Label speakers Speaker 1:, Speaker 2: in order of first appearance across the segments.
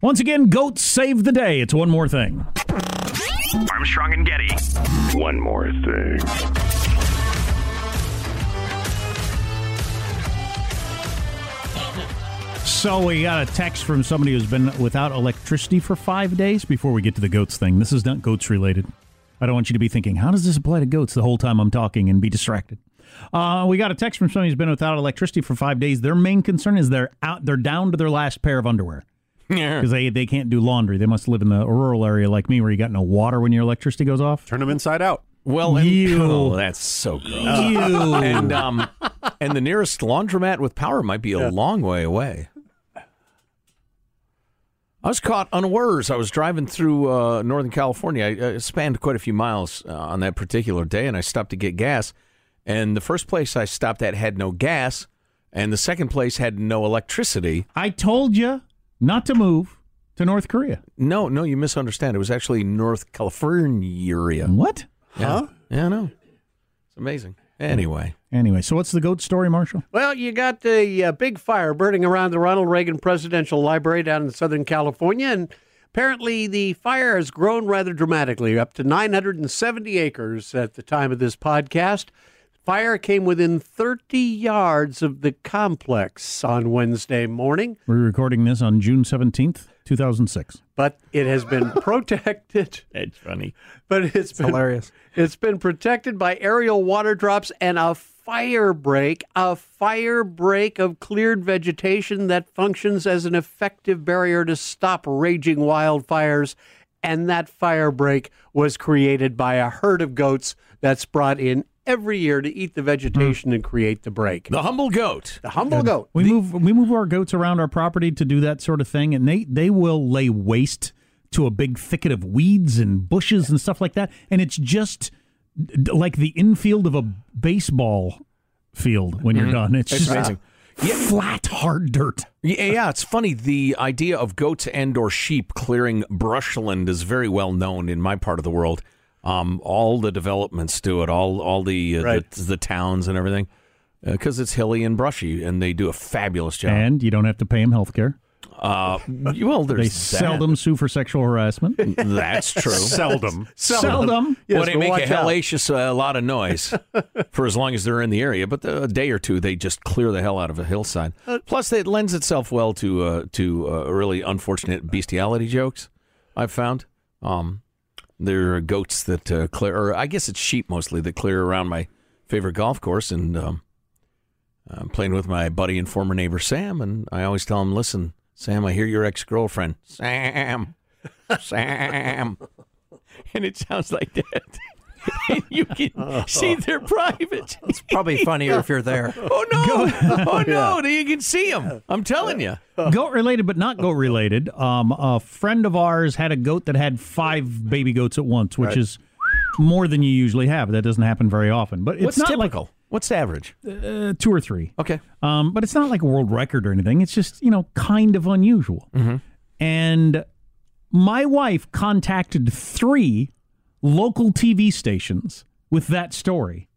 Speaker 1: Once again, goats save the day. It's one more thing.
Speaker 2: Armstrong and Getty.
Speaker 3: One more thing.
Speaker 1: So we got a text from somebody who's been without electricity for five days. Before we get to the goats thing, this is not goats related. I don't want you to be thinking, how does this apply to goats the whole time I'm talking and be distracted. Uh, we got a text from somebody who's been without electricity for five days. Their main concern is they're out, they're down to their last pair of underwear
Speaker 4: Yeah.
Speaker 1: because they they can't do laundry. They must live in the rural area like me, where you got no water when your electricity goes off.
Speaker 5: Turn them inside out.
Speaker 4: Well, and,
Speaker 1: Ew.
Speaker 4: oh, that's so gross. And um, and the nearest laundromat with power might be a long way away. I was caught unawares. I was driving through uh, Northern California. I uh, spanned quite a few miles uh, on that particular day, and I stopped to get gas. And the first place I stopped at had no gas, and the second place had no electricity.
Speaker 1: I told you not to move to North Korea.
Speaker 4: No, no, you misunderstand. It was actually North California.
Speaker 1: What?
Speaker 4: Huh? Yeah, I know. It's amazing. Anyway.
Speaker 1: Anyway, so what's the goat story, Marshall?
Speaker 6: Well, you got the uh, big fire burning around the Ronald Reagan Presidential Library down in Southern California, and apparently the fire has grown rather dramatically, up to 970 acres at the time of this podcast. Fire came within 30 yards of the complex on Wednesday morning,
Speaker 1: We're recording this on June seventeenth, two thousand six.
Speaker 6: but it has been protected.
Speaker 4: That's funny.
Speaker 6: But it's, been
Speaker 4: hilarious.
Speaker 6: It's been protected by aerial water drops and a fire break, a fire break of cleared vegetation that functions as an effective barrier to stop raging wildfires. And that fire break was created by a herd of goats that's brought in every year to eat the vegetation
Speaker 5: Hmm.
Speaker 6: and create the break.
Speaker 4: The humble goat.
Speaker 6: The humble goat.
Speaker 1: We move we move our goats around our property to do that sort of thing, and they they will lay waste to a big thicket of weeds and bushes and stuff like that, and it's just d- like the infield of a baseball field when you're done. Mm-hmm. It's,
Speaker 4: It's
Speaker 1: just
Speaker 4: amazing.
Speaker 1: flat hard dirt.
Speaker 4: Yeah, yeah, it's funny. The idea of goats and or sheep clearing brushland is very well known in my part of the world. Um, all the developments do it. All all the uh,
Speaker 6: Right.
Speaker 4: the, the towns and everything, because it's hilly and brushy, and they do a fabulous job.
Speaker 1: And you don't have to pay them health care.
Speaker 4: uh, well, there's
Speaker 1: They
Speaker 4: that.
Speaker 1: seldom sue for sexual harassment.
Speaker 4: That's true.
Speaker 5: Seldom.
Speaker 1: seldom.
Speaker 6: Yes,
Speaker 4: well, they
Speaker 6: but
Speaker 4: make a
Speaker 6: watch out.
Speaker 4: hellacious uh, lot of noise for as long as they're in the area, but the, a day or two they just clear the hell out of a hillside.
Speaker 6: Uh,
Speaker 4: Plus, it lends itself well to uh, to uh, really unfortunate bestiality jokes. I've found um, there are goats that uh, clear, or I guess it's sheep mostly that clear around my favorite golf course, and um, I'm playing with my buddy and former neighbor Sam, and I always tell him, "Listen, Sam, I hear your ex girlfriend, Sam, Sam." and it sounds like that. and you can see they're private.
Speaker 7: It's probably funnier if you're there.
Speaker 4: Oh no! Oh no! You can see them. I'm telling you.
Speaker 1: goat related, but not goat related. Um, a friend of ours had a goat that had five baby goats at once, which is more than you usually have. That doesn't happen very often. But it's
Speaker 4: What's
Speaker 1: not
Speaker 4: typical? What's average?
Speaker 1: like uh, two or three.
Speaker 4: Okay.
Speaker 1: Um, but it's not like a world record or anything. It's just you know kind of unusual. And my wife contacted three local TV stations with that story.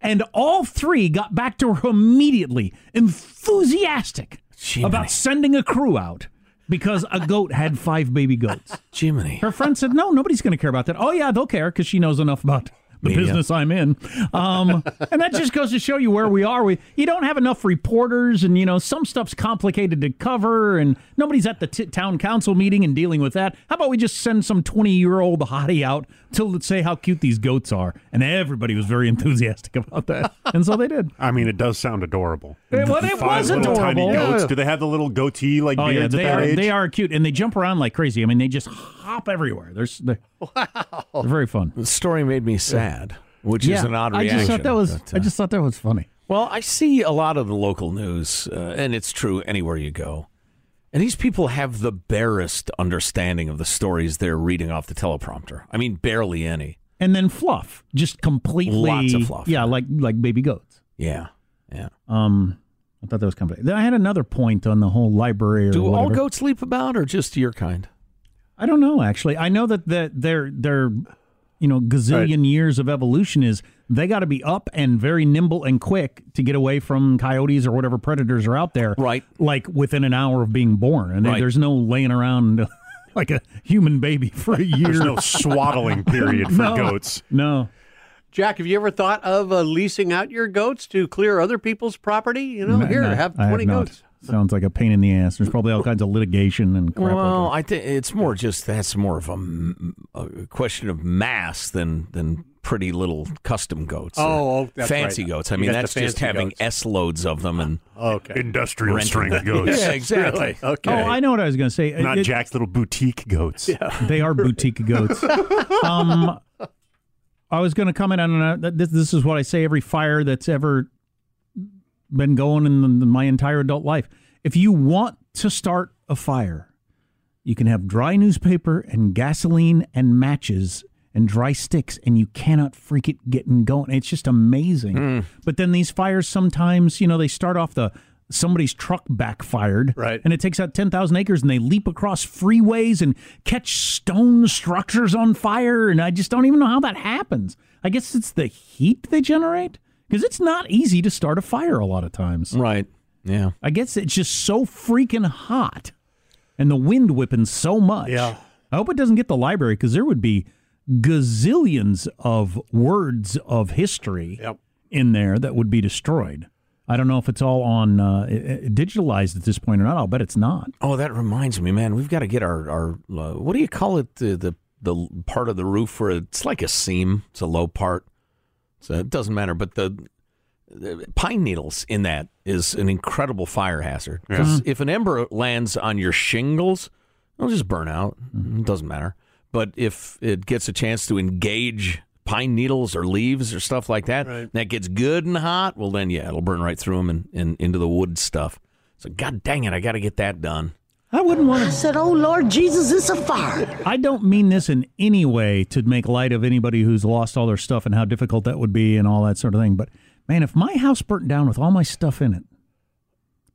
Speaker 1: And all three got back to her immediately, enthusiastic
Speaker 4: Jiminy.
Speaker 1: about sending a crew out because a goat had five baby goats.
Speaker 4: Jiminy.
Speaker 1: Her friend said, "No, nobody's going to care about that." Oh yeah, they'll care because she knows enough about the
Speaker 4: Media.
Speaker 1: business I'm in, um, and that just goes to show you where we are. We you don't have enough reporters, and you know some stuff's complicated to cover, and nobody's at the t- town council meeting and dealing with that. How about we just send some 20 year old hottie out to say how cute these goats are, and everybody was very enthusiastic about that, and so they did.
Speaker 5: I mean, it does sound adorable.
Speaker 1: It- well, it
Speaker 5: Five
Speaker 1: was
Speaker 5: little tiny
Speaker 1: adorable.
Speaker 5: goats. Do they have the little goatee like
Speaker 1: Oh yeah,
Speaker 5: beards
Speaker 1: they
Speaker 5: at that
Speaker 1: are
Speaker 5: age?
Speaker 1: they are cute, and they jump around like crazy. I mean, they just hop everywhere. They're, s- they're, they're very fun.
Speaker 4: The story made me sad, which is an odd
Speaker 1: I
Speaker 4: reaction.
Speaker 1: just thought that was.
Speaker 4: but,
Speaker 1: I
Speaker 4: uh,
Speaker 1: just thought that was funny.
Speaker 4: Well, I see a lot of the local news, uh, and it's true anywhere you go. And these people have the barest understanding of the stories they're reading off the teleprompter. I mean, barely any.
Speaker 1: And then fluff, just completely
Speaker 4: Lots of fluff.
Speaker 1: Yeah, like like baby goats.
Speaker 4: Yeah, yeah.
Speaker 1: Um, I thought that was kind of. Then I had another point on the whole library. Or
Speaker 4: Do all
Speaker 1: whatever.
Speaker 4: goats leap about, or just your kind?
Speaker 1: I don't know. Actually, I know that that their their you know gazillion years of evolution is they got to be up and very nimble and quick to get away from coyotes or whatever predators are out there.
Speaker 4: Right.
Speaker 1: Like within an hour of being born. And they-
Speaker 4: Right.
Speaker 1: there's no laying around like a human baby for a year.
Speaker 5: There's no swaddling period for
Speaker 1: No.
Speaker 5: goats.
Speaker 1: no.
Speaker 6: Jack, have you ever thought of uh, leasing out your goats to clear other people's property? You know, here,
Speaker 1: No,
Speaker 6: have
Speaker 1: I
Speaker 6: 20
Speaker 1: not.
Speaker 6: goats.
Speaker 1: Sounds like a pain in the ass. There's probably all kinds of litigation and crap. like
Speaker 4: Well, I think it's more just that's more of a, m- a question of mass than than pretty little custom goats. or
Speaker 6: Oh, oh, that's
Speaker 4: fancy
Speaker 6: right.
Speaker 4: goats. I
Speaker 6: You
Speaker 4: mean,
Speaker 6: got the
Speaker 4: that's just
Speaker 6: fancy
Speaker 4: having
Speaker 6: goats.
Speaker 4: s loads of them and
Speaker 6: Okay.
Speaker 5: Industrial
Speaker 4: Renting
Speaker 5: strength
Speaker 4: them.
Speaker 5: goats.
Speaker 4: Yeah, exactly.
Speaker 1: that. Oh, I know what I was going to say.
Speaker 5: Not
Speaker 1: It-
Speaker 5: Jack's little boutique goats.
Speaker 1: They are boutique goats. Um, I was going to comment on uh, that. This, this is what I say every fire that's ever been going in the, my entire adult life. If you want to start a fire, you can have dry newspaper and gasoline and matches and dry sticks, and you cannot freak it getting going. It's just amazing. But then these fires sometimes, you know, they start off the somebody's truck backfired,
Speaker 6: Right.
Speaker 1: And it takes out ten thousand acres, and they leap across freeways and catch stone structures on fire. And I just don't even know how that happens. I guess it's the heat they generate because it's not easy to start a fire a lot of times.
Speaker 4: right. Yeah.
Speaker 1: I guess it's just so freaking hot and the wind whipping so much.
Speaker 6: Yeah.
Speaker 1: I hope it doesn't get the library because there would be gazillions of words of history
Speaker 6: Yep.
Speaker 1: in there that would be destroyed. I don't know if it's all on uh, i- i- digitalized at this point or not. I'll bet it's not.
Speaker 4: Oh, that reminds me, man. We've got to get our our uh, what do you call it? The, the the part of the roof where it's like a seam. It's a low part, so it doesn't matter. But the, the pine needles in that is an incredible fire hazard because if an ember lands on your shingles, it'll just burn out. It doesn't matter. But if it gets a chance to engage pine needles or leaves or stuff like that, that gets good and hot. Well, then yeah, it'll burn right through them and, and into the wood stuff. So god dang it, I got to get that done.
Speaker 1: I wouldn't want to
Speaker 8: said, Oh Lord Jesus, it's a fire.
Speaker 1: I don't mean this in any way to make light of anybody who's lost all their stuff and how difficult that would be and all that sort of thing. But man, if my house burnt down with all my stuff in it,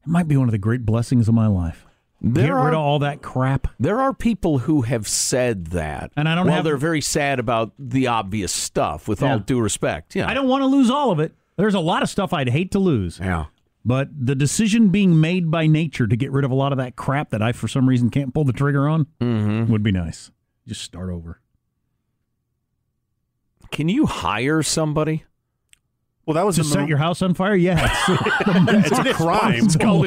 Speaker 1: it might be one of the great blessings of my life. Get
Speaker 4: There
Speaker 1: rid
Speaker 4: are-
Speaker 1: of all that crap.
Speaker 4: There are people who have said that,
Speaker 1: And I don't
Speaker 4: Well,
Speaker 1: have-
Speaker 4: they're very sad about the obvious stuff. With all
Speaker 1: Yeah.
Speaker 4: due respect, yeah,
Speaker 1: I don't want to lose all of it. There's a lot of stuff I'd hate to lose.
Speaker 4: Yeah,
Speaker 1: But the decision being made by nature to get rid of a lot of that crap that I, for some reason, can't pull the trigger on
Speaker 4: Mm-hmm.
Speaker 1: would be nice. Just start over.
Speaker 4: can you hire somebody?
Speaker 5: Well, that was
Speaker 1: To
Speaker 5: the
Speaker 1: set
Speaker 5: mo-
Speaker 1: your house on fire? Yeah. It's,
Speaker 5: it's a crime.
Speaker 4: It's called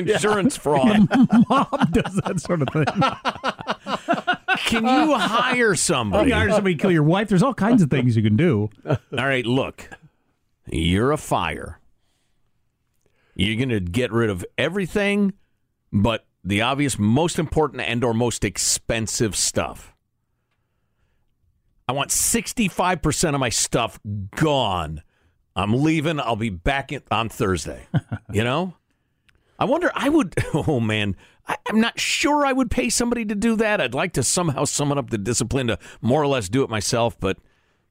Speaker 4: insurance fraud.
Speaker 1: the mob does that sort of thing.
Speaker 4: Can you hire somebody?
Speaker 1: You hire somebody to kill your wife. There's all kinds of things you can do.
Speaker 4: All right, look, you're a fire. You're going to get rid of everything but the obvious, most important, and or most expensive stuff. I want 65% of my stuff gone. I'm leaving. I'll be back in, on Thursday. You know? I wonder, I would, oh man, I, I'm not sure I would pay somebody to do that. I'd like to somehow summon up the discipline to more or less do it myself, but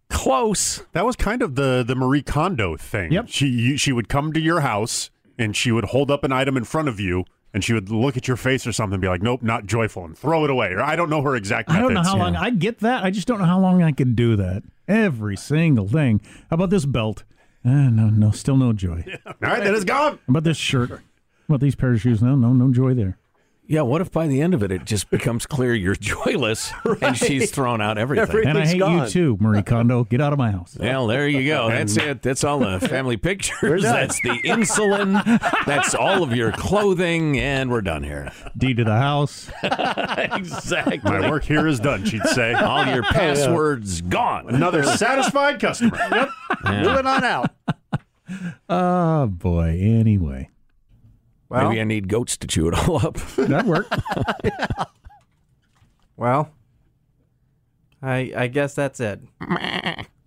Speaker 4: close.
Speaker 5: That was kind of the the Marie Kondo thing.
Speaker 1: Yep.
Speaker 5: She you, she would come to your house and she would hold up an item in front of you and she would look at your face or something and be like, "Nope, not joyful," and throw it away. Or I don't know her exact.
Speaker 1: I don't know
Speaker 5: methods.
Speaker 1: how long I get that. I just don't know how long I could do that. Every single thing. How about this belt? Ah, no, no, still no joy. How
Speaker 5: All right, then it's gone.
Speaker 1: about this shirt? How about these pair of shoes? No, no, no joy there.
Speaker 4: Yeah, what if by the end of it, it just becomes clear you're joyless and she's thrown out everything?
Speaker 6: Every-
Speaker 1: And I
Speaker 6: It's
Speaker 1: hate you
Speaker 6: gone.
Speaker 1: too, Marie Kondo. Get out of my house.
Speaker 4: Well, there you go. That's it. That's all the family pictures. That's the insulin. That's all of your clothing, and we're done here.
Speaker 1: D to the house.
Speaker 4: Exactly.
Speaker 5: My work here is done. She'd say.
Speaker 4: All your passwords gone.
Speaker 5: Another satisfied customer. Yep.
Speaker 6: Moving on out.
Speaker 1: Oh boy. Anyway,
Speaker 7: Well,
Speaker 4: Maybe I need goats to chew it all up.
Speaker 1: that worked.
Speaker 7: well, I I guess that's it.